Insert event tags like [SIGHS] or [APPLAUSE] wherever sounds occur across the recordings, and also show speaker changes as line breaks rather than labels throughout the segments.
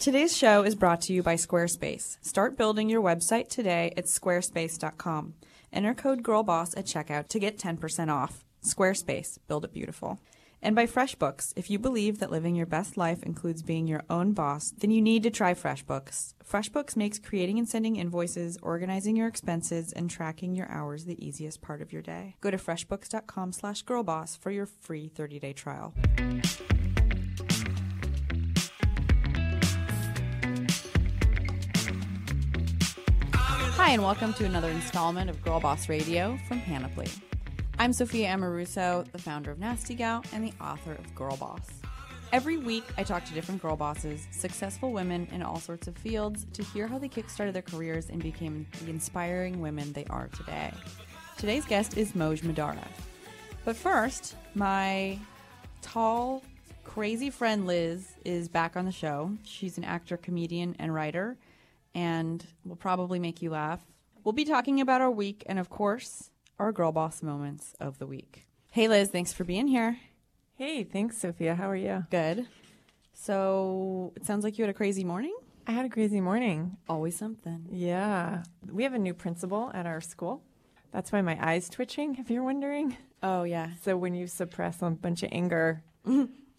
Today's show is brought to you by Squarespace. Start building your website today at squarespace.com. Enter code GIRLBOSS at checkout to get 10% off. Squarespace, build it beautiful. And by FreshBooks. If you believe that living your best life includes being your own boss, then you need to try FreshBooks. FreshBooks makes creating and sending invoices, organizing your expenses, and tracking your hours the easiest part of your day. Go to freshbooks.com slash girlboss for your free 30-day trial.
Hi, and welcome to another installment of Girl Boss Radio from Panoply. I'm Sophia Amoruso, the founder of Nasty Gal and the author of Girl Boss. Every week, I talk to different girl bosses, successful women in all sorts of fields, to hear how they kickstarted their careers and became the inspiring women they are today. Today's guest is Moj Madara. But first, my tall, crazy friend Liz is back on the show. She's an actor, comedian, and writer, and will probably make you laugh. We'll be talking about our week and, of course, our girl boss moments of the week. Hey, Liz, thanks for being here.
Hey, thanks, Sophia. How are you?
Good. So it sounds like you had a crazy morning.
I had a crazy morning.
Always something.
Yeah. We have a new principal at our school. That's why my eye's twitching, [LAUGHS] if you're wondering.
Oh, yeah.
So when you suppress a bunch of [LAUGHS] anger,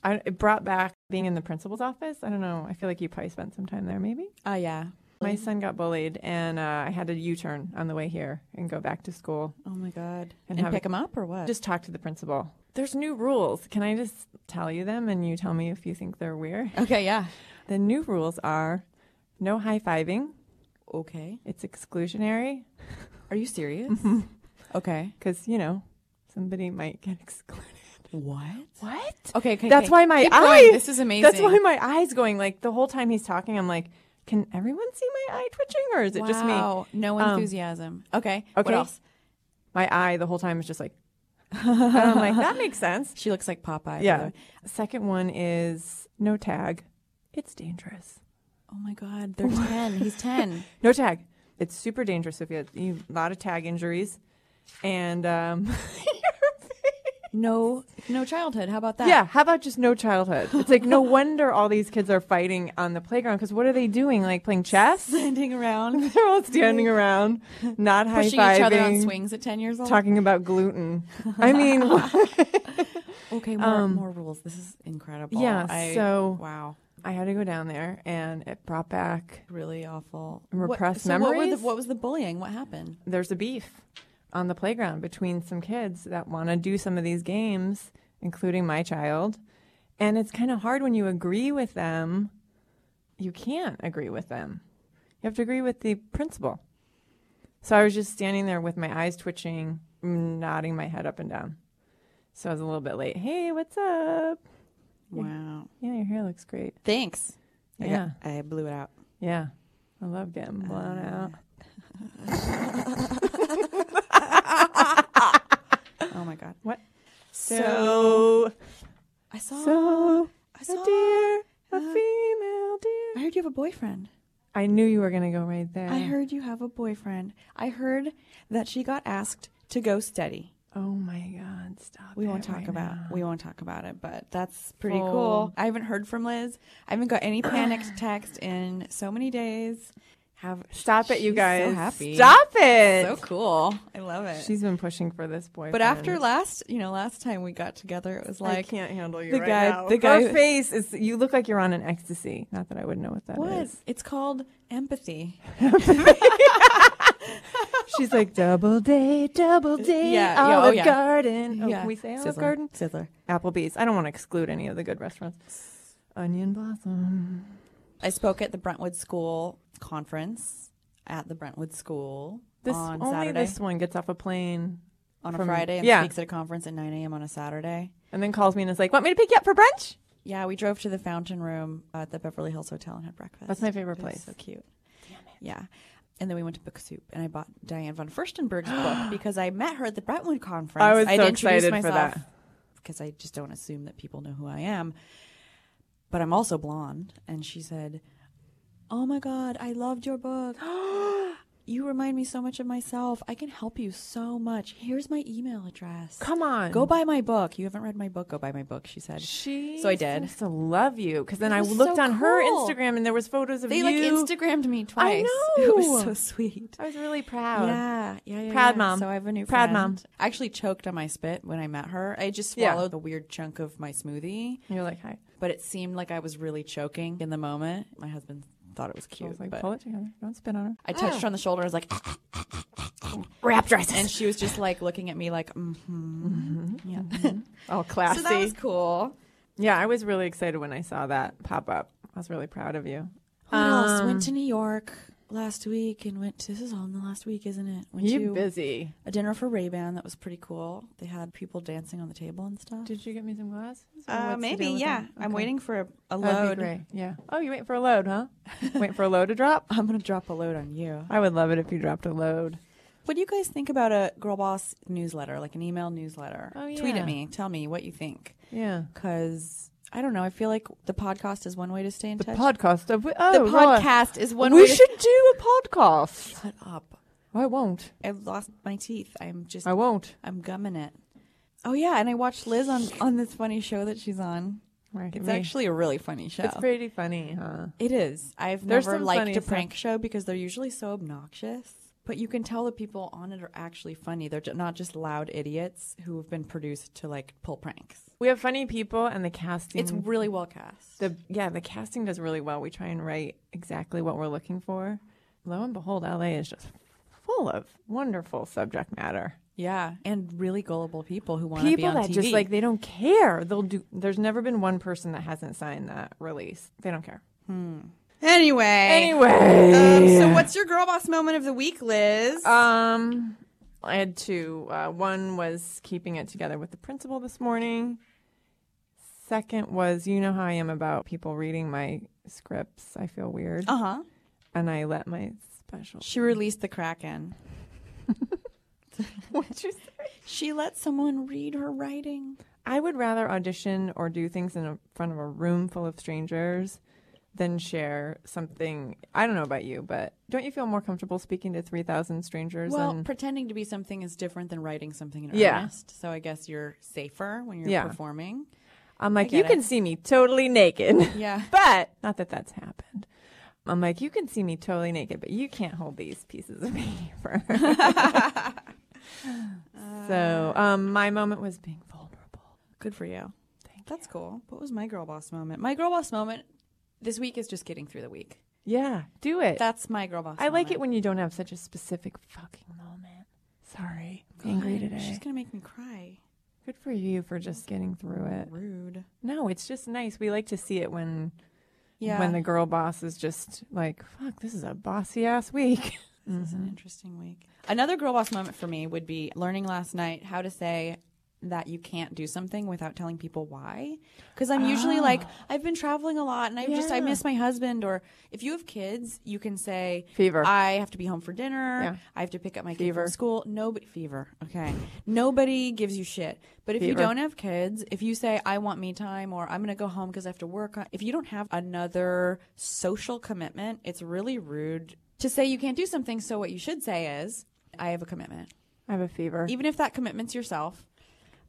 I, it brought back being in the principal's office. I don't know. I feel like you probably spent some time there, maybe.
Oh, yeah.
My son got bullied, and uh, I had to U turn on the way here and go back to school.
Oh, my God. And,
And have
pick
a-
him up or what?
Just talk to the principal. There's new rules. Can I just tell you them and you tell me if you think they're weird?
okay, yeah.
The new rules are no high fiving,
Okay.
it's exclusionary,
Are you serious? Mm-hmm. okay.
because you know somebody might get [LAUGHS] excluded.
What?
What?
Okay, okay.
That's
okay.
why my
Keep going.
eye.
This is amazing.
That's why my eye's going. Like the whole time he's talking, I'm like, can everyone see my eye twitching, or is it just me?
Wow. No
Um,
enthusiasm. okay. What
okay.
else?
My eye the whole time is just [LAUGHS] like. and I'm like, that makes sense.
She looks like Popeye. by the
Yeah.
way.
Second one is no tag. It's dangerous.
Oh my God.
[LAUGHS]
They're ten. He's ten.
No tag. It's super dangerous, Sophia. You a lot of tag injuries, and um,
No. No childhood. How about that?
Yeah, how about just no childhood? It's
[LAUGHS]
like no wonder all these kids are fighting on the playground because what are they doing? Like playing
[LAUGHS]
chess? [LAUGHS]
Standing around,
They're all standing around, not high
pushing each other on
fiving,
swings at ten years old.
talking
[LAUGHS]
about gluten. I mean,
okay. More, more rules. This is incredible.
um, yeah.
I-
so
Wow.
I had to go down there, and it brought back.
Really awful.
Repressed
what, so what were the-
memories?
what was the bullying? What happened?
There's a beef on the playground between some kids that want to do some of these games, including my child, and it's kind of hard when you agree with them. You can't agree with them. You have to agree with the principal. So I was just standing there with my eyes twitching, nodding my head up and down. So I was a little bit late. Hey, what's up?
Wow.
Yeah, your hair looks great.
Thanks.
I
Yeah.
got- I blew it out.
Yeah. I love getting blown
Uh, [LAUGHS]
out.
Oh my god.
What?
So I saw
So,
I
a
saw
deer, a
uh,
female deer.
I heard you have a boyfriend.
I knew you were going to go right there.
I heard you have a boyfriend. I heard that she got asked to go steady.
Oh my God, stop.
We
it
won't talk
right
about
now.
we won't talk about it, but that's pretty
Oh.
cool. I haven't heard from Liz. I haven't got any [CLEARS THROAT] panicked text in so many days. Have
Stop it, you
she's
guys.
So happy.
Stop it.
So cool. I love it.
She's been pushing for this boy.
but after last, you know, last time we got together, it was
I
like
can't handle you
the
right
guy-
now.
the guy-
Her face is. You look like you're on an ecstasy. Not that I would know what that is.
what? It's called empathy.
She's like double day, double day,
[LAUGHS] Yeah,
yeah,
yeah, oh,
Olive
yeah.
Garden. Oh, Can we say Olive
Sizzler.
Garden?
Sizzler.
Applebee's. I don't want to exclude any of the good restaurants. Onion Blossom.
I spoke at the Brentwood School conference at the Brentwood School
This
on
only
Saturday
this one gets off a plane
on a
from-
Friday and
yeah.
speaks at a conference at 9 a.m. on a Saturday.
and then calls me and is like, "Want me to pick you up for brunch?"
Yeah, we drove to the fountain room at the Beverly Hills Hotel and had breakfast.
That's my favorite
It was
place.
So cute. Yeah. And then we went to Book Soup, and I bought Diane von Furstenberg's
[GASPS]
book because I met her at the Brentwood conference.
I was
I'd
so
introduced
excited for
myself
that.
because I just don't assume that people know who I am. But I'm
[GASPS]
also blonde, and she said, "Oh my God, I loved your book." You remind me so much of myself. I can help you so much. Here's my email address.
Come on.
Go buy my book. You haven't read my book. Go buy my book, she said.
She
So I did.
seems to love you because then
That
I
was
looked
so
on her
cool.
Instagram and there was photos of
They
you.
like Instagrammed me twice.
[LAUGHS]
know.
It was
Ooh.
so sweet.
I was really proud.
Yeah, yeah, yeah.
Proud
yeah.
mom.
So I have a new
Proud
friend.
mom.
I actually choked on my spit when I met her. I just
Yeah.
swallowed a weird chunk of my smoothie,
You're like, hi.
but it seemed like I was really choking in the moment. My husband thought it was
I
cute,
was like,
but
pull it together. Don't spit on her.
I touched her on the shoulder. I was like,
Wrap dresses.
and she was just like looking at me like, mm-hmm. yeah.
oh, classy.
So that was cool.
yeah, I was really excited when I saw that pop up. I was really proud of you.
What else?
Um,
Went to New York last week and went. To, this is all in the last week, isn't it? Went
You
to
busy.
a dinner for Ray Ban. That was pretty cool. They had people dancing on the table and stuff.
Did you get me some glasses? Or
Uh,
what's the
maybe,
deal with
yeah.
them?
I'm
Okay.
waiting for a, a
That'd be
load.
great. Yeah. Oh, you wait for a load, huh? [LAUGHS] wait for a load to drop?
[LAUGHS] I'm gonna drop a load on you.
I would love it if you dropped a load.
What do you guys think about a Girl Boss newsletter, like an email newsletter?
Oh,
Tweet
yeah.
at me. Tell me what you think.
Yeah.
Because I don't know. I feel like the podcast is one way to stay in
The
touch.
podcast of oh,
The
Laura,
podcast is one
we
way to-
should do a podcast.
Shut up.
I won't.
I lost my teeth. I'm just.
I won't.
I'm gumming it. Oh yeah, and I watched Liz on on this funny show that she's on.
Right,
It's
me.
actually a really funny show.
it's pretty funny, huh?
It is. I've
There's
never
some funny
liked a
stuff.
prank show because they're usually so obnoxious. But you can tell the people on it are actually funny. They're ju- not just loud idiots who have been produced to like pull pranks.
We have funny people, and the casting.
It's really well cast.
the yeah, the casting does really well. We try and write exactly what we're looking for. Lo and behold, LA is just full of wonderful subject matter.
yeah, and really gullible people who want to be
People
on
that
TV.
just like they don't care. They'll do. There's never been one person that hasn't signed that release. They don't care.
anyway.
Anyway,
Um, so what's your girl boss moment of the week, Liz?
Um, I had two. Uh, one was keeping it together with the principal this morning. Second was, you know how I am about people reading my scripts. I feel weird,
uh huh.
and I let my
[LAUGHS]
special.
She released the Kraken.
What'd you say?
She let someone read her writing.
I would rather audition or do things in a, front of a room full of strangers than share something. I don't know about you, but don't you feel more comfortable speaking to three thousand strangers?
Well,
than-
pretending to be something is different than writing something in
Yeah.
earnest. So I guess you're safer when you're
Yeah.
performing.
I'm like,
get
you
it.
can see me totally naked.
Yeah.
but not that that's happened. I'm like, you can see me totally naked, but you can't hold these pieces of [LAUGHS] paper.
[LAUGHS]
so, um, my moment was being vulnerable.
Good for you.
Thank
That's cool. What was my girl boss moment? My girl boss moment this week is just getting through the week.
Yeah, do it.
That's my girl boss.
I like it
moment.
when you don't have such a specific fucking moment. Sorry, I'm angry
God, She's
today.
gonna make me cry.
Good for you for just getting through it.
Rude.
No, it's just nice. We like to see it when
Yeah.
when the girl boss is just like, "Fuck, this is a bossy ass week." [LAUGHS]
This is
Mm-hmm.
an interesting week. Another girl boss moment for me would be learning last night how to say that you can't do something without telling people why. Because I'm usually like, I've been traveling a lot and I just I
Ah. Yeah.
miss my husband. Or if you have kids, you can say
Fever.
I have to be home for dinner.
Yeah.
I have to pick up my kid
Fever.
from school. Nobody fever. Okay, nobody gives you shit. But if you
Fever.
don't have kids, if you say I want me time or I'm gonna go home because I have to work, on-" if you don't have another social commitment, it's really rude to say you can't do something. So what you should say is I have a commitment,
I have a fever.
even if that commitment's yourself.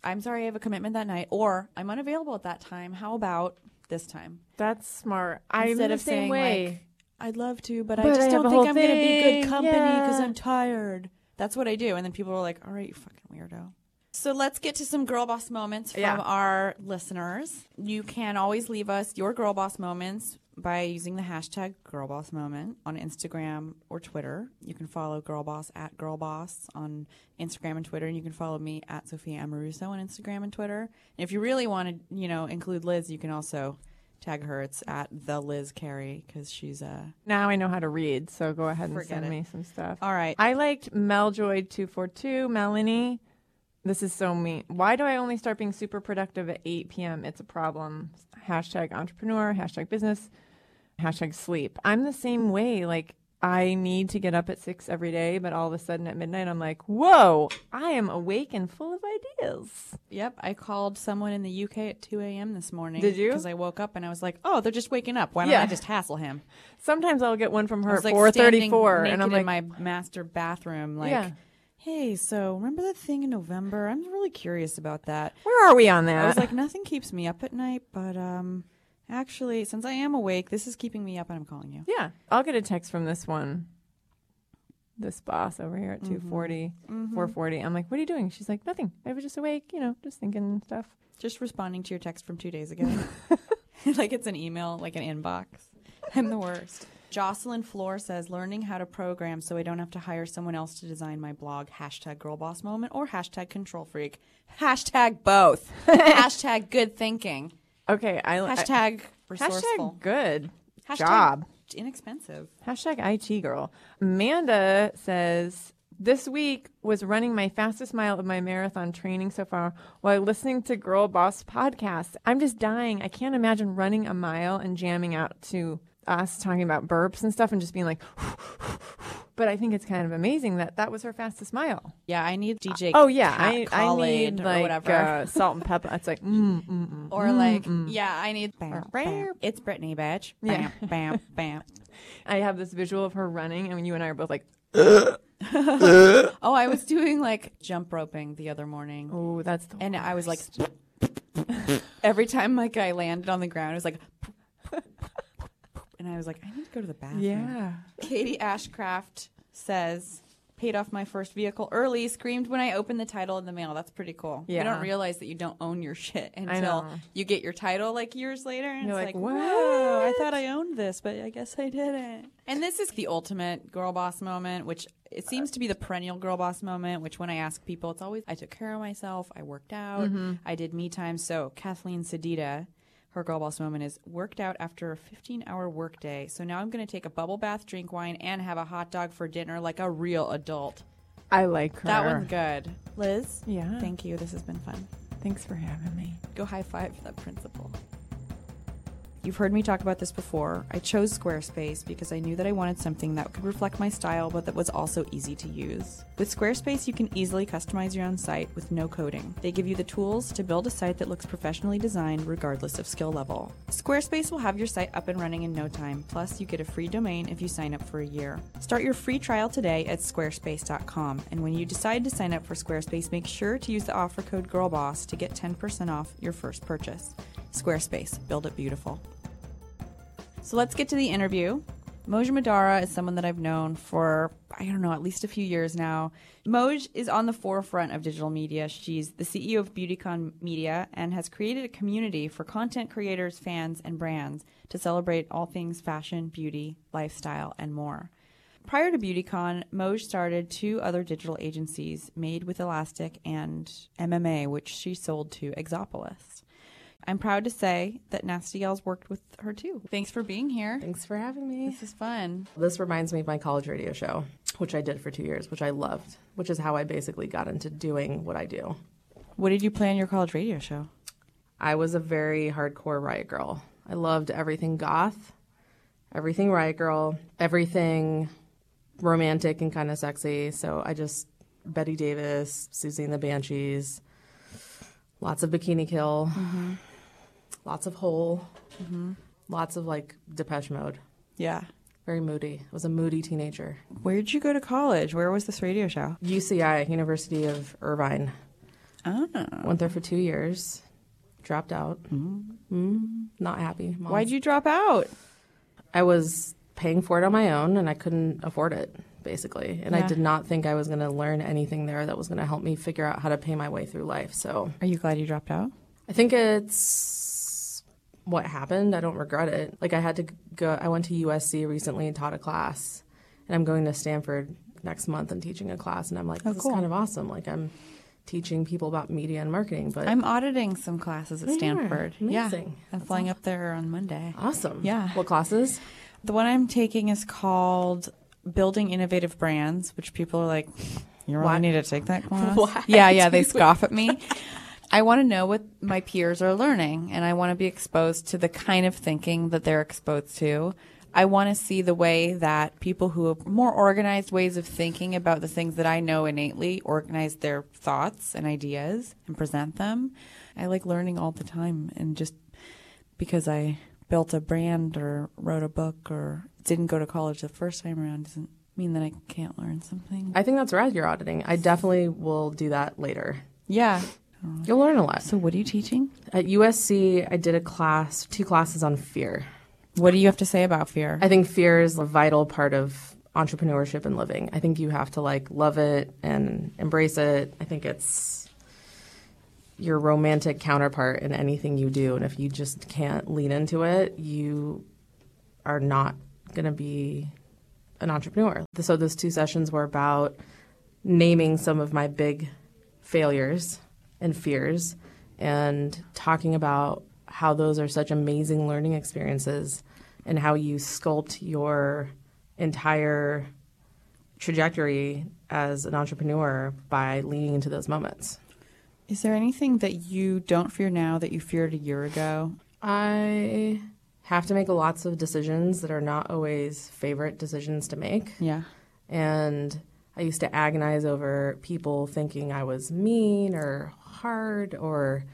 I'm sorry, I have a commitment that night, or I'm unavailable at that time. How about this time?
That's smart. I'm
instead
the
of
same
saying
way.
like I'd love to, but, I
But
just
I have
don't
a
think
whole
I'm going to be
thing,
good company because
yeah.
I'm tired. That's what I do, and then people are like, "All right, you fucking weirdo." So let's get to some girl boss moments from
Yeah.
our listeners. You can always leave us your girl boss moments by using the hashtag girl boss moment on Instagram or Twitter. You can follow girl boss at girl boss on Instagram and Twitter. And you can follow me at Sophia Amoruso on Instagram and Twitter. And if you really want to, you know, include Liz, you can also tag her. It's at the Liz Carey because she's a.
now I know how to read, so go ahead and
Forget
send
it.
me some stuff.
All right.
I liked Meljoy242, Melanie. This is so mean. Why do I only start being super productive at 8 p.m.? It's a problem. Hashtag entrepreneur, hashtag business, hashtag sleep. I'm the same way. Like, I need to get up at six every day, but all of a sudden at midnight, I'm like, whoa, I am awake and full of ideas.
Yep, I called someone in the UK at 2 a.m. this morning.
Did you?
Because I woke up and I was like, oh, they're just waking up. Why don't
Yeah.
I just hassle him?
Sometimes I'll get one from
I
her
was
at
like
four
standing
thirty-four, and
naked
I'm like,
in my master bathroom, like,
Yeah.
hey, so remember that thing in November? I'm really curious about that.
where are we on that?
I was like, nothing keeps me up at night, but um, actually, since I am awake, this is keeping me up, and I'm calling you.
Yeah, I'll get a text from this one. This boss over here at
Mm-hmm.
240, 440. I'm like, what are you doing? She's like, nothing. I was just awake, you know, just thinking and stuff.
Just responding to your text from two days [LAUGHS] ago, like it's an email, like an inbox. I'm the worst. Jocelyn Floor says, learning how to program so I don't have to hire someone else to design my blog. Hashtag girl boss moment or hashtag control freak. Hashtag [LAUGHS] both. hashtag good thinking.
Okay, I I-
Hashtag resourceful.
hashtag good
Hashtag
job.
Inexpensive.
Hashtag IT girl. Amanda says, This week was running my fastest mile of my marathon training so far while listening to Girl Boss podcast. I'm just dying. I can't imagine running a mile and jamming out to us talking about burps and stuff and just being like, [SIGHS] but I think it's kind of amazing that that was her fastest mile.
Yeah, I need DJ.
Oh yeah,
Cat
I, I need
Khalid
like
or whatever. [LAUGHS]
uh, salt and pepper. It's like mm, mm, mm.
or like, yeah, I need.
Bam, bam.
It's Brittany, bitch.
Yeah.
bam, [LAUGHS] bam.
I have this visual of her running, and you and I are both like,
Oh, I was doing like jump roping the other morning,
oh, that's the
and I was like, [LAUGHS] every time like I landed on the ground, it was like, [LAUGHS] and I was like, I Mm-hmm. need to go to the bathroom.
yeah.
Katie Ashcraft says, paid off my first vehicle early, screamed when I opened the title in the mail. That's pretty cool. You
Yeah.
don't realize that you don't own your shit until
know.
you get your title like years later. And
You're
it's like,
like,
whoa, I
"What?"
thought I owned this, but I guess I didn't. And this is the ultimate girl boss moment, which it seems to be the perennial girl boss moment, which when I ask people, it's always, I took care of myself, I worked out, I did me time. So Kathleen Sedita her girl boss moment is worked out after a 15 hour workday. So now I'm going to take a bubble bath, drink wine, and have a hot dog for dinner like a real adult.
I like her.
That one's good. Liz?
Yeah.
Thank you. This has been fun.
Thanks for having me.
Go high five that principal.
You've heard me talk about this before. I chose Squarespace because I knew that I wanted something that could reflect my style but that was also easy to use. With Squarespace, you can easily customize your own site with no coding. They give you the tools to build a site that looks professionally designed regardless of skill level. Squarespace will have your site up and running in no time, plus, you get a free domain if you sign up for a year. Start your free trial today at squarespace.com, and when you decide to sign up for Squarespace, make sure to use the offer code GIRLBOSS to get 10% off your first purchase. Squarespace, build it beautiful.
So let's get to the interview. Moj Madara is someone that I've known for, I don't know, at least a few years now. Moj is on the forefront of digital media. She's the CEO of Beautycon Media and has created a community for content creators, fans, and brands to celebrate all things fashion, beauty, lifestyle, and more. Prior to BeautyCon, Moj started two other digital agencies, Made with Elastic and MMA, which she sold to Exopolis. I'm proud to say that Nasty Gal's worked with her too. Thanks for being here.
Thanks for having me.
This is fun.
This reminds me of my college radio show, which I did for two years, which I loved, which is how I basically got into doing what I do.
What did you play on your college radio show?
I was a very hardcore Riot Girl. I loved everything goth, everything Riot Girl, everything romantic and kind of sexy. So I just, Betty Davis, Susie and the Banshees, lots of Bikini Kill, lots of Hole, lots of like Depeche Mode.
Yeah.
Very moody. I was a moody teenager.
Where did you go to college? Where was this radio show?
UCI, University of Irvine.
Ah.
Went there for two years, dropped out. Mm. not happy. Mom.
Why'd you drop out?
I was paying for it on my own and I couldn't afford it, basically. And I did not think I was going to learn anything there that was going to help me figure out how to pay my way through life. So
Are you glad you dropped out?
I think it's what happened. I don't regret it. Like I had to go. I went to USC recently and taught a class, and I'm going to Stanford next month and teaching a class. And I'm
Oh,
like, this is kind of awesome. Like I'm teaching people about media and marketing, but
I'm auditing some classes at Stanford.
Amazing.
Yeah. I'm flying up there on Monday.
awesome.
Yeah.
What classes?
The one I'm taking is called Building Innovative Brands, which people are like, you really need to take that class? Yeah, yeah, they scoff at me. I want to know what my peers are learning and I want to be exposed to the kind of thinking that they're exposed to. I want to see the way that people who have more organized ways of thinking about the things that I know innately organize their thoughts and ideas and present them. I like learning all the time and just because I built a brand or wrote a book or didn't go to college the first time around doesn't mean that I can't learn something.
I think that's rad. You're auditing. I definitely will do that later.
Yeah.
You'll learn a lot.
So what are you teaching?
At USC, I did a class, two classes on fear.
What do you have to say about fear?
I think fear is a vital part of entrepreneurship and living. I think you have to like love it and embrace it. I think it's your romantic counterpart in anything you do. And if you just can't lean into it, you are not going to be an entrepreneur. So those two sessions were about naming some of my big failures and fears and talking about how those are such amazing learning experiences and how you sculpt your entire trajectory as an entrepreneur by leaning into those moments.
Is there anything that you don't fear now that you feared a year ago?
I have to make lots of decisions that are not always favorite decisions to make.
Yeah.
And I used to agonize over people thinking I was mean or hard or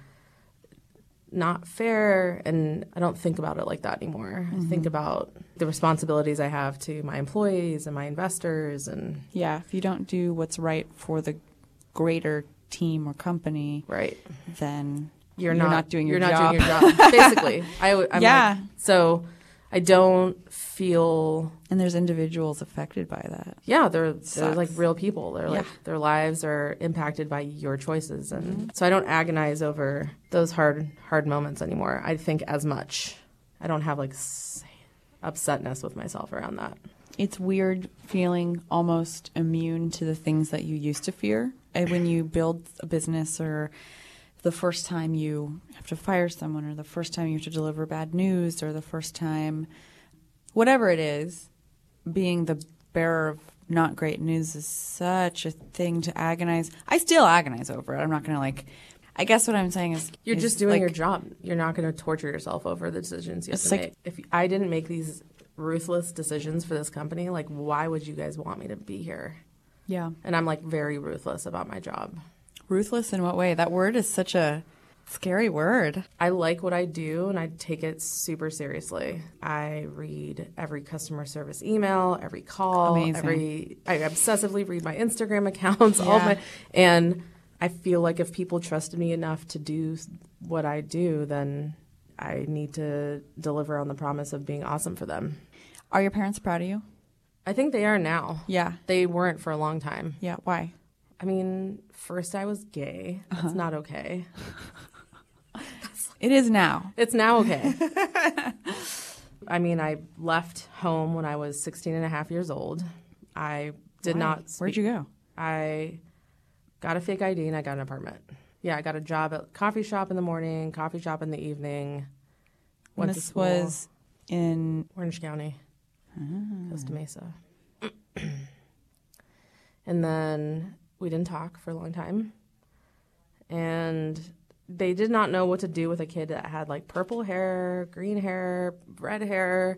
not fair. And I don't think about it like that anymore.
Mm-hmm.
I think about the responsibilities I have to my employees and my investors and
Yeah, if you don't do what's right for the greater team or company,
right.
then
You're,
not, doing your
you're
job.
not doing your job. Basically, I,
[LAUGHS]
am
Yeah.
so I don't feel
and there's individuals affected by that.
Yeah, they're they're like
Sucks.
real people. They're like
Yeah. Mm-hmm.
their lives are impacted by your choices, and so I don't agonize over those hard hard moments anymore. I think as much. I don't have like s- upsetness with myself around that.
It's weird feeling almost immune to the things that you used to fear. And when you build a business or the first time you have to fire someone or the first time you have to deliver bad news or the first time whatever it is, being the bearer of not great news is such a thing to agonize. I still agonize over it. I'm not going to like I guess what I'm saying is
You're
is,
just doing
like,
your job. You're not going to torture yourself over the decisions you have
It's
to
like-
make. If I didn't make these ruthless decisions for this company, like why would you guys want me to be here?
Yeah.
And I'm like very ruthless about my job.
Ruthless in what way? That word is such a scary word.
I like what I do and I take it super seriously. I read every customer service email, every call,
Amazing.
every I obsessively read my Instagram [LAUGHS] accounts, all my and I feel like if people trusted me enough to do what I do, then I need to deliver on the promise of being awesome for them.
Are your parents proud of you?
I think they are now.
Yeah.
They weren't for a long time.
Yeah. Why?
I mean, first I was gay. It's not okay.
It is now.
It's now okay.
[LAUGHS]
I mean, I left home when I was 16 and a half years old. I did not. Speak.
Where'd you go?
I got a fake ID and I got an apartment. Yeah, I got a job at coffee shop in the morning, coffee shop in the evening. Went to
this
school.
was in
Orange County,
Ah.
Costa Mesa. [CLEARS THROAT] and then we didn't talk for a long time. And they did not know what to do with a kid that had like purple hair, green hair, red hair,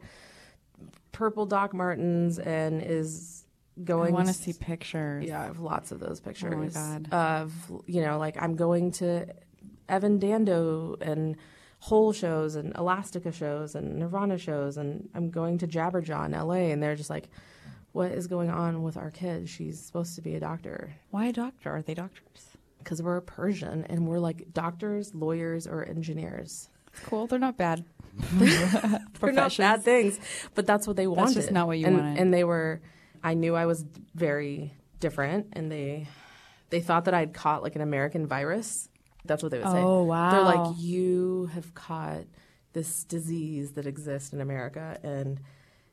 purple Doc Martens, and is
I
going.
want to see pictures. Oh
Yeah, I have lots of those pictures.
God.
Of you know, like I'm going to Evan Dando and Hole shows and Elastica shows and Nirvana shows and I'm going to Jabberjaw in LA and they're just like, what is going on with our kid? She's supposed to be a doctor
Why a doctor? Are they doctors?
because we're Persian and we're like doctors, lawyers, or engineers.
It's cool. They're not bad.
They're not bad things, but that's what they wanted.
just not what you
and,
wanted.
And they were, I knew I was very different, and they, they thought that I'd caught like an American virus. That's what they would say.
Oh, wow.
They're like, you have caught this disease that exists in America, and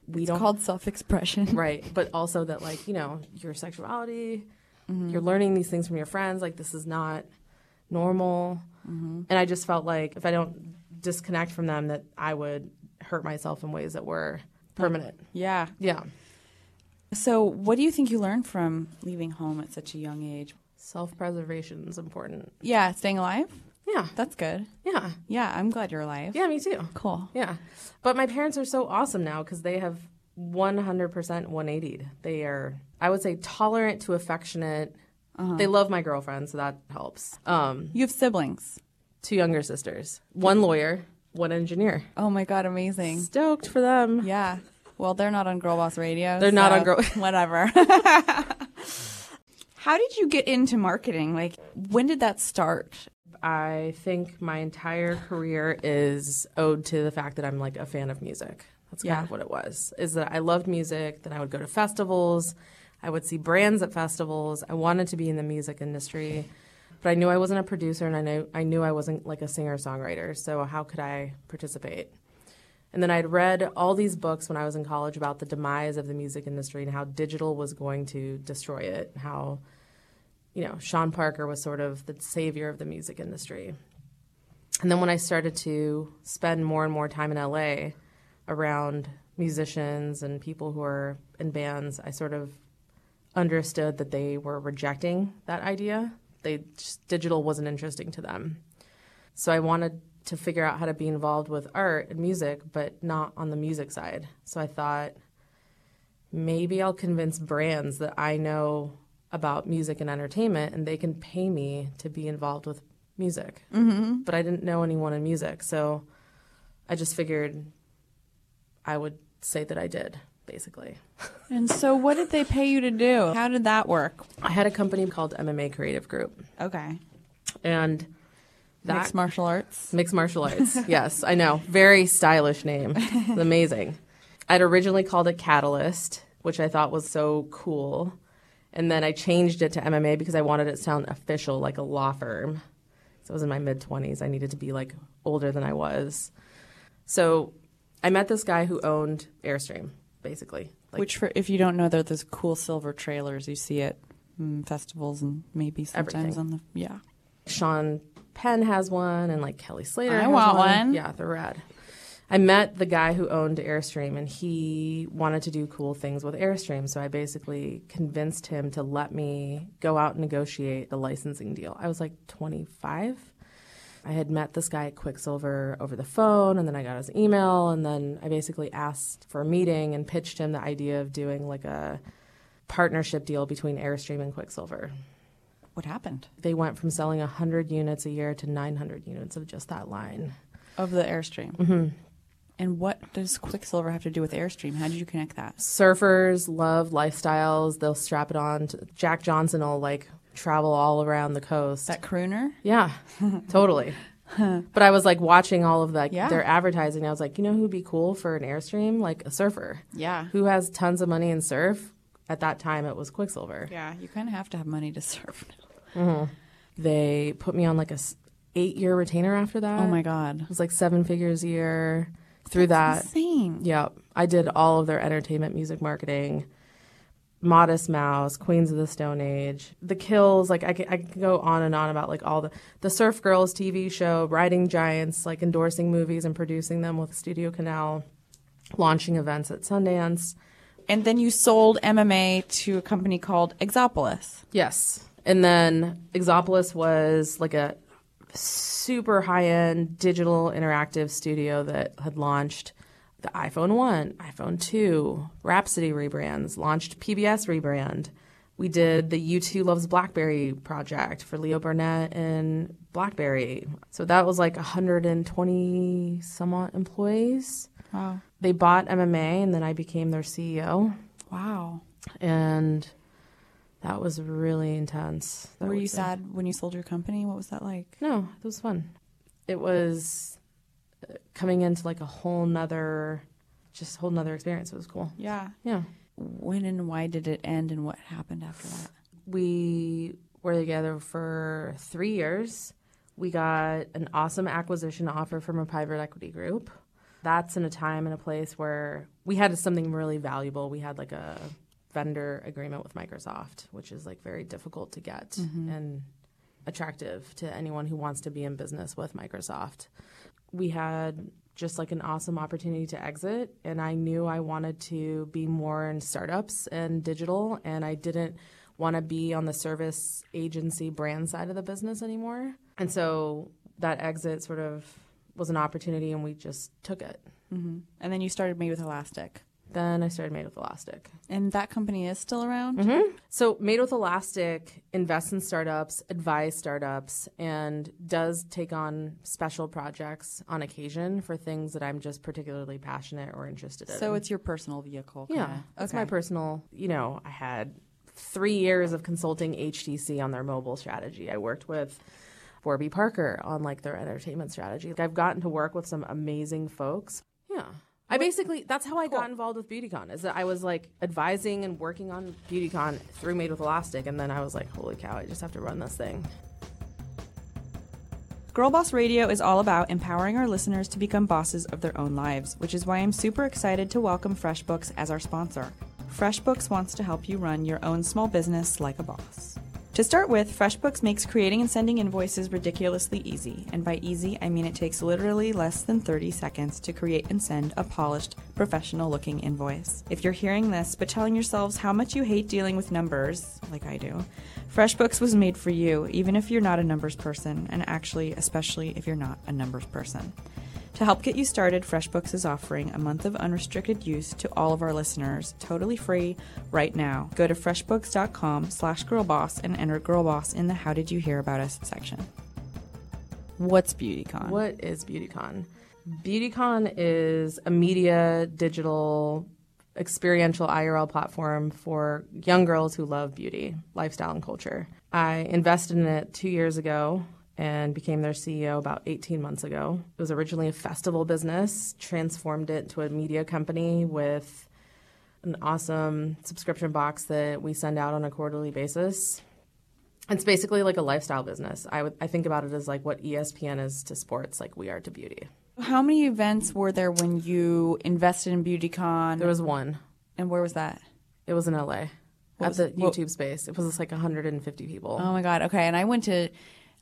we
It's
don't
called [LAUGHS] self-expression.
right but also that like you know your sexuality you're learning these things from your friends like this is not normal and i just felt like if i don't disconnect from them that i would hurt myself in ways that were permanent
Yeah.
yeah
So, what do you think you learned from leaving home at such a young age?
self-preservation is important
Yeah, staying alive.
yeah Yeah.
That's good.
Yeah.
Yeah, I'm glad you're alive.
Yeah, me too.
Cool.
Yeah. But my parents are so awesome now because they have 100% 180'd. They are, I would say, tolerant to affectionate. They love my girlfriend, so that helps. Um,
You have siblings.
two younger sisters, one lawyer, one engineer.
Oh my god, amazing.
Stoked for them.
Yeah. Well, they're not on Girl Boss Radio.
They're not
so
on Girl-
[LAUGHS]
[LAUGHS]
whatever. How did you get into marketing? Like, when did that start?
I think my entire career is owed to the fact that I'm like a fan of music. That's kind
Yeah.
of what it was. Is that I loved music, then I would go to festivals, I would see brands at festivals. I wanted to be in the music industry, but I knew I wasn't a producer and I knew I knew I wasn't like a singer-songwriter, so how could I participate? And then I'd read all these books when I was in college about the demise of the music industry and how digital was going to destroy it, how you know, Sean Parker was sort of the savior of the music industry. And then when I started to spend more and more time in LA around musicians and people who are in bands, I sort of understood that they were rejecting that idea. They just, digital wasn't interesting to them. So I wanted to figure out how to be involved with art and music, but not on the music side. So I thought maybe I'll convince brands that I know about music and entertainment and they can pay me to be involved with music. Mm-hmm. But I didn't know anyone in music. So I just figured I would say that I did, basically.
And so, what did they pay you to do? How did that work?
I had a company called MMA Creative Group.
Okay.
And that
Mixed martial arts.
Mixed martial arts. yes, I know. Very stylish name. It's amazing. I'd originally called it Catalyst, which I thought was so cool. And then I changed it to MMA because I wanted it to sound official, like a law firm. So I was in my mid 20s. I needed to be like older than I was. So I met this guy who owned Airstream, basically. Like,
Which, for if you don't know, they're those cool silver trailers you see at mm, festivals and maybe sometimes
Everything.
on the yeah.
Sean Penn has one, and like Kelly Slater.
I
has
want one.
Yeah, they're rad. I met the guy who owned Airstream, and he wanted to do cool things with Airstream. So I basically convinced him to let me go out and negotiate the licensing deal. I was like 25. I had met this guy at Quicksilver over the phone, and then I got his email, and then I basically asked for a meeting and pitched him the idea of doing like a partnership deal between Airstream and Quicksilver
What happened
they went from selling 100 units a year to 900 units of just that line.
of the airstream?
Mm-hmm.
And what does Quicksilver have to do with airstream? How did you connect that?
Surfers love lifestyles. They'll strap it on. To, Jack Johnson will like travel all around the coast.
That crooner. [LAUGHS]
yeah, totally. But I was like watching all of the,
Yeah.
their advertising. I was like, you know who would be cool for an Airstream? Like a surfer.
Yeah.
Who has tons of money and surf? At that time, it was Quicksilver.
Yeah, you kind of have to have money to serve.
They put me on like a s- eight-year retainer after that.
Oh my
It
god.
was like seven figures a year through that.
Insane.
Yep. I did all of their entertainment music marketing. Modest Mouse, Queens of the Stone Age, The Kills, like I can, I can go on and on about like all the the Surf Girls TV show, Riding Giants, like endorsing movies and producing them with Studio Canal, launching events at Sundance.
And then you sold MMA to a company called Exopolis.
Yes. And then Exopolis was like a super high end digital interactive studio that had launched the iPhone 1, iPhone 2, Rhapsody rebrands, launched PBS rebrand. We did the U2 Loves Blackberry project for Leo Burnett and Blackberry. So that was like 120 somewhat employees.
Wow.
They bought MMA and then I became their E CEO
Wow.
and that was really intense. That
Were
was
you
a-
sad when you sold your company? What was that like?
No, it was fun. It was uh, coming into like a whole nother, just whole nother experience. It was cool.
Yeah.
Yeah,
When and why did it end and what happened after that?
we were together for three years. We got an awesome acquisition offer from a private equity group. That's in a time and a place where we had something really valuable. We had like a vendor agreement with Microsoft, which is like very difficult to get and attractive to anyone who wants to be in business with Microsoft. We had just like an awesome opportunity to exit, and I knew I wanted to be more in startups and digital, and I didn't want to be on the service agency brand side of the business anymore. And so that exit sort of was an opportunity and we just took it.
hmm And then you started Made with Elastic.
Then I started Made with Elastic.
And that company is still around?
Mm-hmm. So, Made with Elastic invests in startups, advise startups, and does take on special projects on occasion for things that I'm just particularly passionate or interested in.
So it's your personal vehicle.
yeah,
kinda.
that's
Okay.
my personal. You know, I had three years of consulting HTC on their mobile strategy. I worked with Warby Parker on like their entertainment strategy. Like, I've gotten to work with some amazing folks. Yeah. I basically that's how I got involved with BeautyCon is that I was like advising and working on BeautyCon through Made with Elastic and then I was like holy cow I just have to run this thing.
Girl Boss Radio is all about empowering our listeners to become bosses of their own lives, which is why I'm super excited to welcome FreshBooks as our sponsor. FreshBooks wants to help you run your own small business like a boss. To start with, FreshBooks makes creating and sending invoices ridiculously easy, and by easy, I mean it takes literally less than 30 seconds to create and send a polished, professional looking invoice. If you're hearing this but telling yourselves how much you hate dealing with numbers, like I do, FreshBooks was made for you, even if you're not a numbers person, and actually, especially if you're not a numbers person. To help get you started, FreshBooks is offering a month of unrestricted use to all of our listeners, totally free, right now. Go to freshbooks.com slash girlboss and enter girlboss in the How Did You Hear About Us section. What's BeautyCon?
What is BeautyCon? BeautyCon is a media, digital, experiential IRL platform for young girls who love beauty, lifestyle, and culture. I invested in it two years ago and became their CEO about 18 months ago. It was originally a festival business, transformed it to a media company with an awesome subscription box that we send out on a quarterly basis. It's basically like a lifestyle business. I would I think about it as like what E ESPN is to sports, like we are to beauty.
How many events were there when you invested in BeautyCon?
There was one.
and where was that?
It was in LA at
was-
the
what-
YouTube space. It was just like 150 people.
Oh my god. Okay, and I went to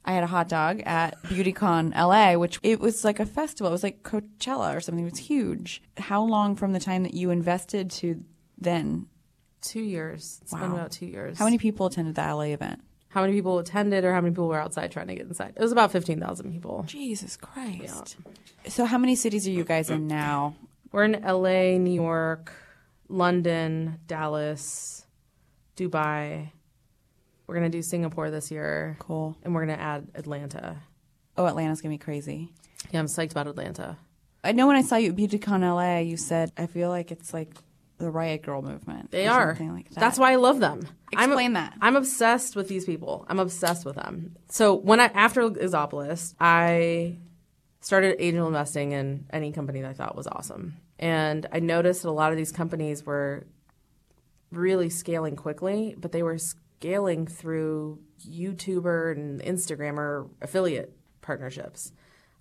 I had a hot dog at BeautyCon LA, which it was like a festival. It was like Coachella or something. It was huge. How long from the time that you invested to then?
two years. It's been
Wow.
about two years.
How many people attended the LA event?
How many people attended, or how many people were outside trying to get inside? It was about 15,000 people.
Jesus Christ. So how many cities are you guys in now?
We're in LA, New York, London, Dallas, Dubai. We're gonna do Singapore this year,
Cool.
and we're gonna add Atlanta.
Oh, Atlanta's going to be crazy.
Yeah, I'm psyched about Atlanta.
I know when I saw you at BeautyCon LA, you said I feel like it's like the Riot Girl movement.
They
or
are.
Something like that.
That's why I love them.
Explain
I'm,
that.
I'm obsessed with these people. I'm obsessed with them. So when I after Exopolis, I started angel investing in any company that I thought was awesome, and I noticed that a lot of these companies were really scaling quickly, but they were scaling through YouTuber and Instagrammer affiliate partnerships.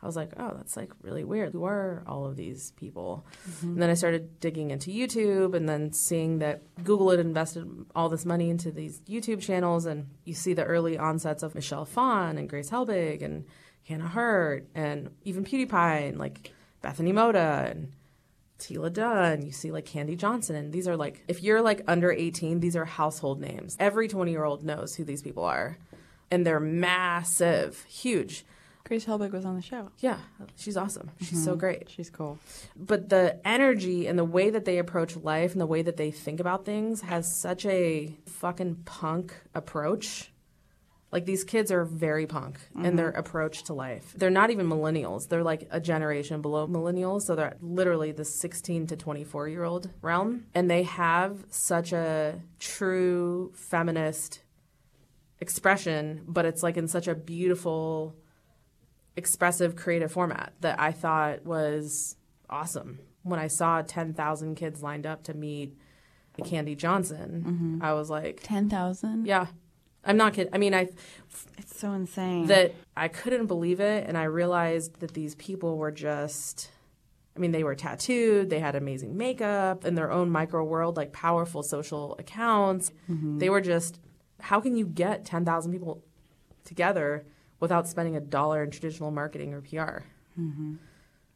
I was like, oh, that's like really weird. Who are all of these people? And then I started digging into YouTube and then seeing that Google had invested all this money into these YouTube channels. And you see the early onsets of Michelle Phan and Grace Helbig and Hannah Hurt and even PewDiePie and like Bethany Moda and Tila Dunn, you see like Candy Johnson, and these are like if you're like under 18, these are household names. Every 20 year old knows who these people are, and they're massive, huge.
Grace Helbig was on the show.
Yeah, she's awesome. She's so great.
She's cool.
But the energy and the way that they approach life and the way that they think about things has such a fucking punk approach. Like these kids are very punk in their approach to life. They're not even millennials. They're like a generation below millennials, so they're literally the 16 to 24 year old realm and they have such a true feminist expression, but it's like in such a beautiful expressive creative format that I thought was awesome. When I saw 10,000 kids lined up to meet Candy Johnson, I was like,
10,000?
yeah. I'm not kidding. I mean, I
It's so insane.
that I couldn't believe it and I realized that these people were just I mean, they were tattooed, they had amazing makeup in their own micro world, like powerful social accounts.
Mm-hmm.
They were just how can you get 10,000 people together without spending a dollar in traditional marketing or PR?
Mm-hmm.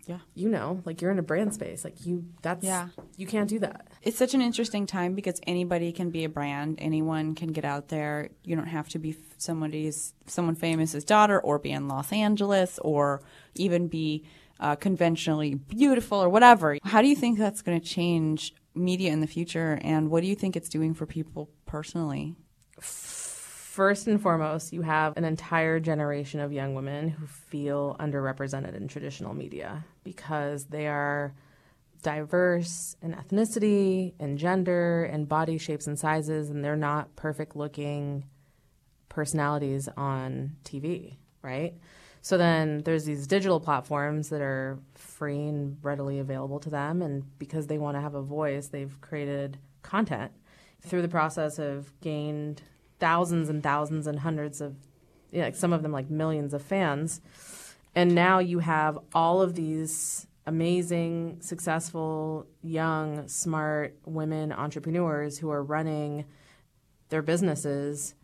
Yeah.
you know, like you're in a brand space. Like you, that's,
Yeah.
you can't do that.
It's such an interesting time because anybody can be a brand. Anyone can get out there. You don't have to be f- somebody's someone famous's daughter, or be in Los Angeles, or even be uh, conventionally beautiful or whatever. How do you think that's going to change media in the future? And what do you think it's doing for people personally?
First and foremost, you have an entire generation of young women who feel underrepresented in traditional media because they are diverse in ethnicity and gender and body shapes and sizes, and they're not perfect looking personalities on TV, right? So then there's these digital platforms that are free and readily available to them. And because they want to have a voice, they've created content through the process of gained thousands and thousands and hundreds of, you know, like some of them like millions of fans. And now you have all of these amazing, successful, young, smart women entrepreneurs who are running their businesses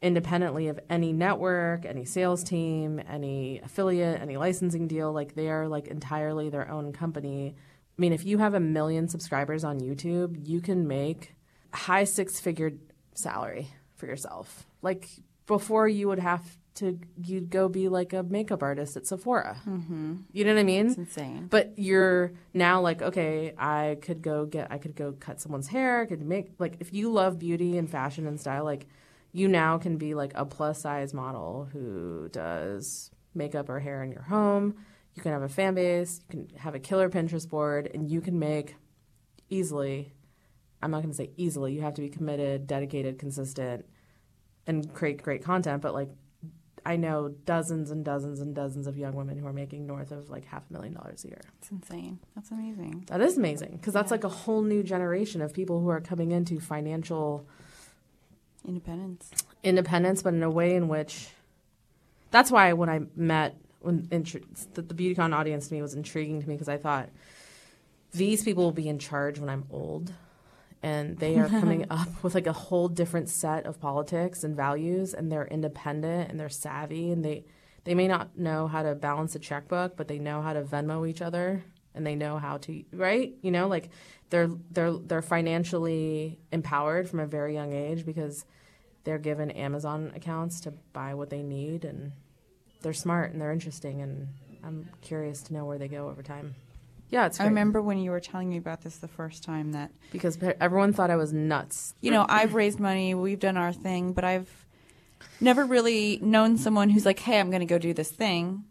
independently of any network, any sales team, any affiliate, any licensing deal. Like they are like entirely their own company. I mean, if you have a million subscribers on YouTube, you can make a high six figure salary for yourself. Like before you would have to you'd go be like a makeup artist at Sephora. Mm-hmm. You know what I mean? It's
insane.
But you're now like, okay, I could go get, I could go cut someone's hair. I could make like, if you love beauty and fashion and style, like, you now can be like a plus size model who does makeup or hair in your home. You can have a fan base. You can have a killer Pinterest board, and you can make easily. I'm not going to say easily. You have to be committed, dedicated, consistent, and create great content. But like, I know dozens and dozens and dozens of young women who are making north of like half a million dollars a year.
It's insane. That's amazing.
That is amazing because that's like a whole new generation of people who are coming into financial
Independence.
independence, but in a way in which that's why when I met when intri- the, the BeautyCon audience to me was intriguing to me because I thought these people will be in charge when I'm old, and they are coming up with like a whole different set of politics and values, and they're independent and they're savvy, and they they may not know how to balance a checkbook, but they know how to Venmo each other, and they know how to right, you know, like they're they're they're financially empowered from a very young age because they're given Amazon accounts to buy what they need, and they're smart and they're interesting, and I'm curious to know where they go over time. Yeah, it's
I
great.
remember when you were telling me about this the first time that
because pe- everyone thought I was nuts.
you know, I've raised money, we've done our thing, but I've never really known someone who's like, hey, I'm going to go do this thing.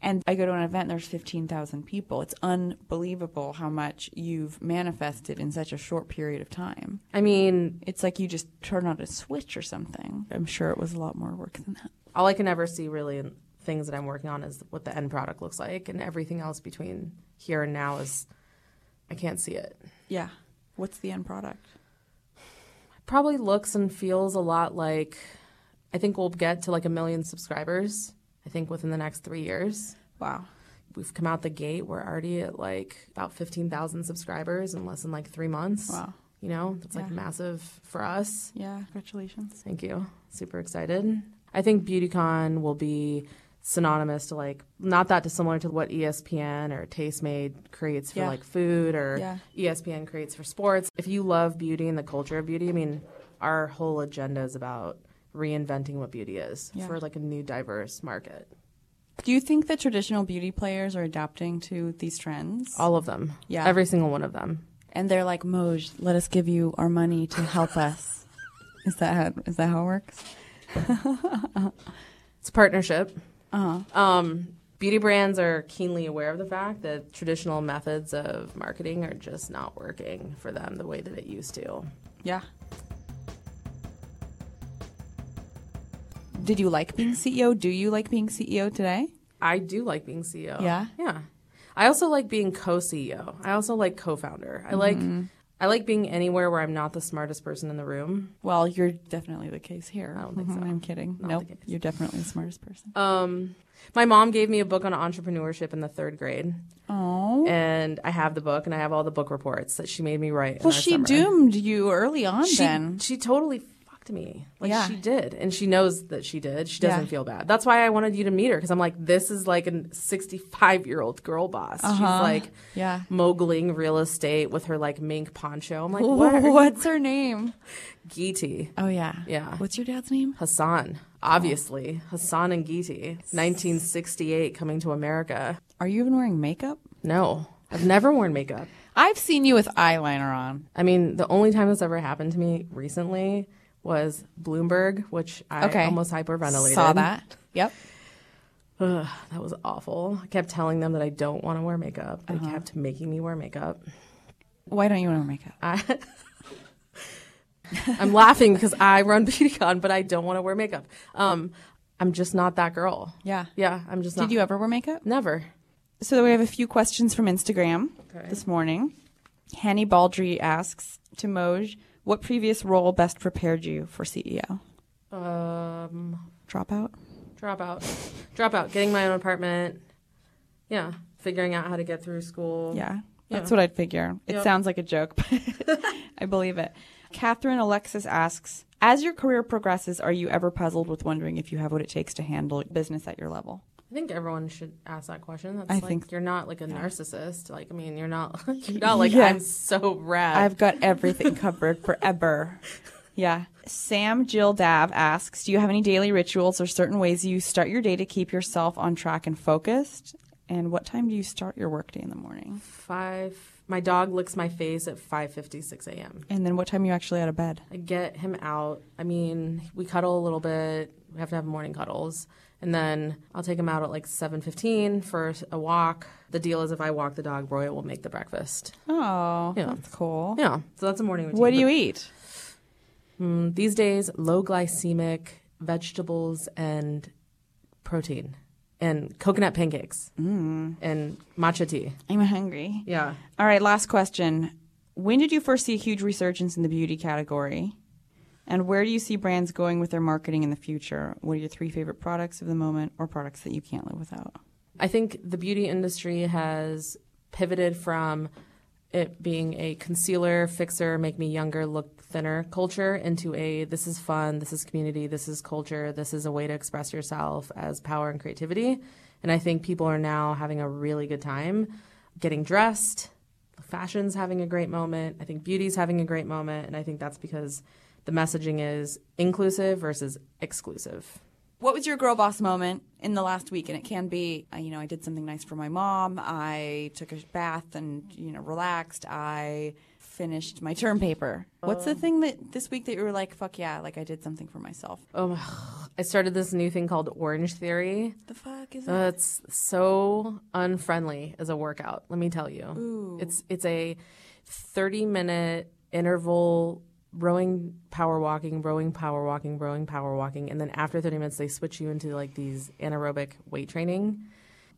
And I go to an event and there's 15,000 people. It's unbelievable how much you've manifested in such a short period of time.
I mean,
It's like you just turn on a switch or something. I'm sure it was a lot more work than that.
all I can ever see really in things that I'm working on is what the end product looks like, and everything else between here and now is I can't see it.
Yeah. What's the end product?
probably looks and feels a lot like I think we'll get to like a million subscribers. I think within the next three years.
Wow.
We've come out the gate. We're already at like about 15,000 subscribers in less than like three months.
Wow.
You know, that's like
Yeah.
massive for us.
Yeah. Congratulations.
Thank you. Super excited. I think BeautyCon will be synonymous to like not that dissimilar to what E ESPN or Tastemade creates for
Yeah.
like food or E
Yeah.
ESPN creates for sports. If you love beauty and the culture of beauty, I mean, our whole agenda is about reinventing what beauty is
Yeah.
for like a new diverse market.
Do you think that traditional beauty players are adapting to these trends?
All of them.
Yeah.
Every single one of them.
and they're like, Moj, let us give you our money to [LAUGHS] help us. is that how, is that how it works?
It's a partnership.
Uh-huh.
Um, beauty brands are keenly aware of the fact that traditional methods of marketing are just not working for them the way that it used to.
Yeah. Did you like being CEO? Do you like being CEO today?
I do like being CEO.
Yeah?
Yeah. I also like being co-CEO. I also like co-founder. I
Mm-hmm.
like I like being anywhere where I'm not the smartest person in the room.
Well, you're definitely the case here. Mm-hmm.
I don't think so.
I'm kidding.
Not
nope.
the case.
You're definitely the smartest person.
Um, my mom gave me a book on entrepreneurship in the 3rd grade
Oh.
and I have the book and I have all the book reports that she made me write. in
Well,
our
she
summer.
doomed you early on
She,
then.
she totally fucked to me. Like
Yeah.
she did. And she knows that she did. She doesn't
Yeah.
feel bad. That's why I wanted you to meet her because I'm like, this is like a 65 year old girl boss. She's like
Uh-huh. Yeah.
mogling real estate with her like mink poncho. I'm like, what? Are you-
What's her name?
Geety.
Oh yeah.
Yeah.
What's your dad's name?
Hassan, obviously. Hassan and Geety. 1968 coming to America.
Are you even wearing makeup?
No, I've never worn makeup.
I've seen you with eyeliner on.
I mean, the only time this ever happened to me recently was Bloomberg, which I
Okay.
almost hyperventilated.
Saw that. Yep.
Ugh, that was awful. I kept telling them that I don't want to wear makeup. They kept making me wear makeup.
Why don't you wear makeup?
I, I'm laughing because I run [LAUGHS] BeautyCon, but I don't want to wear makeup. Um, I'm just not that girl.
Yeah.
Yeah, I'm just not.
Did you ever wear makeup?
Never.
So we have a few questions from Instagram this morning. Hanny Baldry asks to Moj, what previous role best prepared you for CEO?
Um,
Dropout?
drop out. Drop out. Getting my own apartment. Yeah. Figuring out how to get through school.
Yeah. That's
Yeah.
what I'd figure. It
Yep.
sounds like a joke, but [LAUGHS] I believe it. Catherine Alexis asks, as your career progresses, are you ever puzzled with wondering if you have what it takes to handle business at your level?
I think everyone should ask that question. That's
I
like
think-
you're not like a narcissist. Like I mean, you're not [LAUGHS] you're not like
Yeah.
I'm so rad.
I've got everything covered forever. Yeah. Sam Jill Dav asks, do you have any daily rituals or certain ways you start your day to keep yourself on track and focused? And what time do you start your workday in the morning?
five. My dog licks my face at 5:56 a.m.
And then what time are you actually out of bed?
I get him out. I mean, we cuddle a little bit. We have to have morning cuddles. And then I'll take him out at like 7:15 for a walk. The deal is if I walk the dog, Roy will make the breakfast.
Oh,
Yeah.
that's cool.
Yeah. So that's a morning routine.
What do
But
you eat?
Mm, These days, low glycemic vegetables and protein and coconut pancakes
Mm.
and matcha tea.
I'm hungry.
Yeah.
All right, last question. When did you first see a huge resurgence in the beauty category? And where do you see brands going with their marketing in the future? What are your three favorite products of the moment or products that you can't live without?
I think the beauty industry has pivoted from it being a concealer, fixer, make me younger, look thinner culture into a this is fun, this is community, this is culture, this is a way to express yourself as power and creativity. And I think people are now having a really good time getting dressed. Fashion's having a great moment. I think beauty's having a great moment. And I think that's because the messaging is inclusive versus exclusive.
What was your girl boss moment in the last week? And it can be, uh, you know, I did something nice for my mom. I took a bath and, you know, relaxed. I finished my term paper. What's the thing that this week that you were like, fuck yeah, like I did something for myself?
Oh, [SIGHS] I started this new thing called Orange Theory.
The fuck is that?
Uh, it's so unfriendly as a workout. Let me tell you, it's it's a thirty minute interval rowing, power walking, rowing, power walking, rowing, power walking, and then after thirty minutes they switch you into like these anaerobic weight training.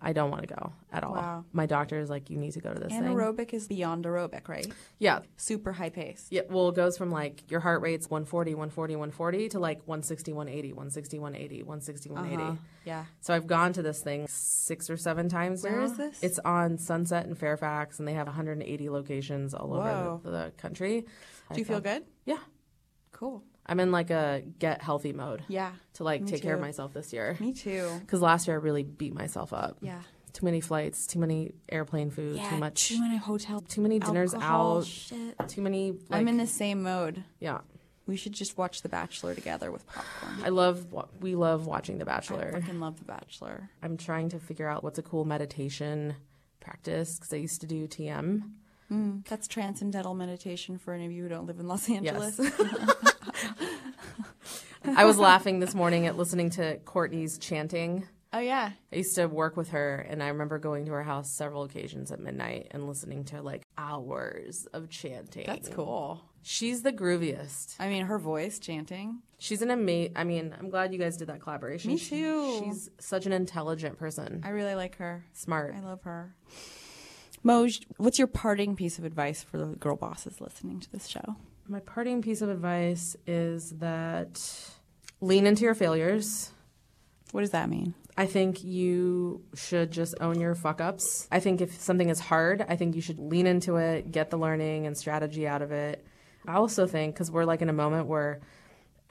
I don't want to go at all.
Wow.
My doctor is like, you need to go to this thing.
Anaerobic is beyond aerobic, right?
Yeah.
Super high pace.
Yeah, well, it goes from like your heart rate's 140, 140, 140 to like 160, 180, 160, 180, 160,
Uh-huh.
180.
Yeah.
So I've gone to this thing six or seven times.
Where
now.
is this?
It's on Sunset in Fairfax, and they have 180 locations all
Whoa.
over the, the country.
Do you feel good?
Yeah,
Cool.
I'm in like a get healthy mode.
Yeah.
to like
me
take care of
too.
myself this year.
Me too.
Because last year I really beat myself up.
Yeah.
too many flights, too many airplane food, too much,
Too many hotel.
too many dinners
alcohol,
out,
Shit.
too many. Like,
I'm in the same mode.
yeah.
We should just watch The Bachelor together with popcorn.
I love wa- we love watching The
I
Bachelor.
fucking love The Bachelor.
I'm trying to figure out what's a cool meditation practice because I used to do TM.
Mm. That's transcendental meditation for any of you who don't live in Los Angeles.
[LAUGHS]
[LAUGHS]
Yes. I was laughing this morning at listening to Courtney's chanting.
Oh yeah.
I used to work with her, and I remember going to her house several occasions at midnight and listening to like hours of chanting.
That's cool.
She's the grooviest.
I mean her voice chanting.
She's an amazing. I mean, I'm glad you guys did that collaboration.
Me
She-
too.
she's such an intelligent person.
I really like her.
Smart.
I love her.
Moj, what's your parting piece of advice for the girl bosses listening to this show?
My parting piece of advice is that lean into your failures.
What does that mean?
I think you should just own your fuck ups. I think if something is hard, I think you should lean into it, get the learning and strategy out of it. I also think because we're like in a moment where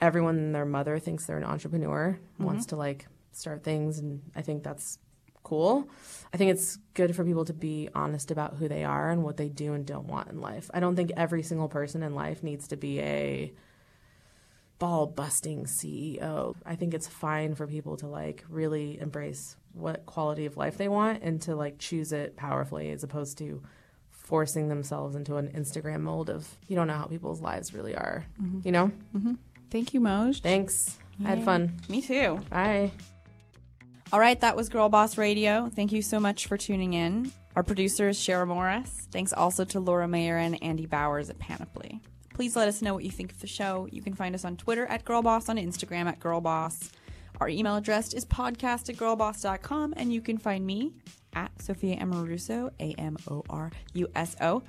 everyone and their mother thinks they're an entrepreneur, wants to like start things, and I think that's cool. I think it's good for people to be honest about who they are and what they do and don't want in life. I don't think every single person in life needs to be a ball busting CEO. E I think it's fine for people to like really embrace what quality of life they want and to like choose it powerfully as opposed to forcing themselves into an Instagram mold of you don't know how people's lives really are. You know?
Thank you, Moj.
Thanks. I had fun.
Me too.
Bye.
All right, that was Girl Boss Radio. Thank you so much for tuning in. Our producer is Shara Morris. Thanks also to Laura Mayer and Andy Bowers at Panoply. Please let us know what you think of the show. You can find us on Twitter at GirlBoss, on Instagram at GirlBoss. Our email address is podcast at girlboss.com, and you can find me at Sophia Amoruso, A M O R U S O,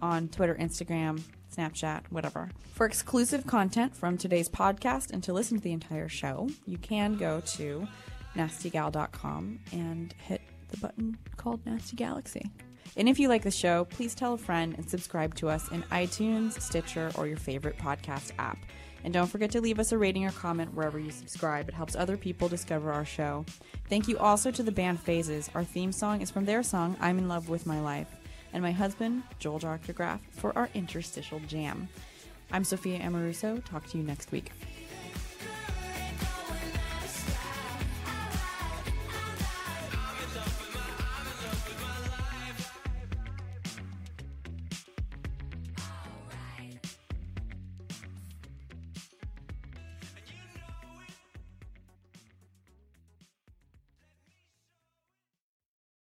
on Twitter, Instagram, Snapchat, whatever. For exclusive content from today's podcast and to listen to the entire show, you can go to nastygal.com and hit the button called Nasty Galaxy. And if you like the show, please tell a friend and subscribe to us in iTunes, Stitcher, or your favorite podcast app. And don't forget to leave us a rating or comment wherever you subscribe. It helps other people discover our show. Thank you also to the band Phases. Our theme song is from their song, I'm in Love with My Life, and my husband, Joel Dr. Graff, for our interstitial jam. I'm Sophia Amoruso. Talk to you next week.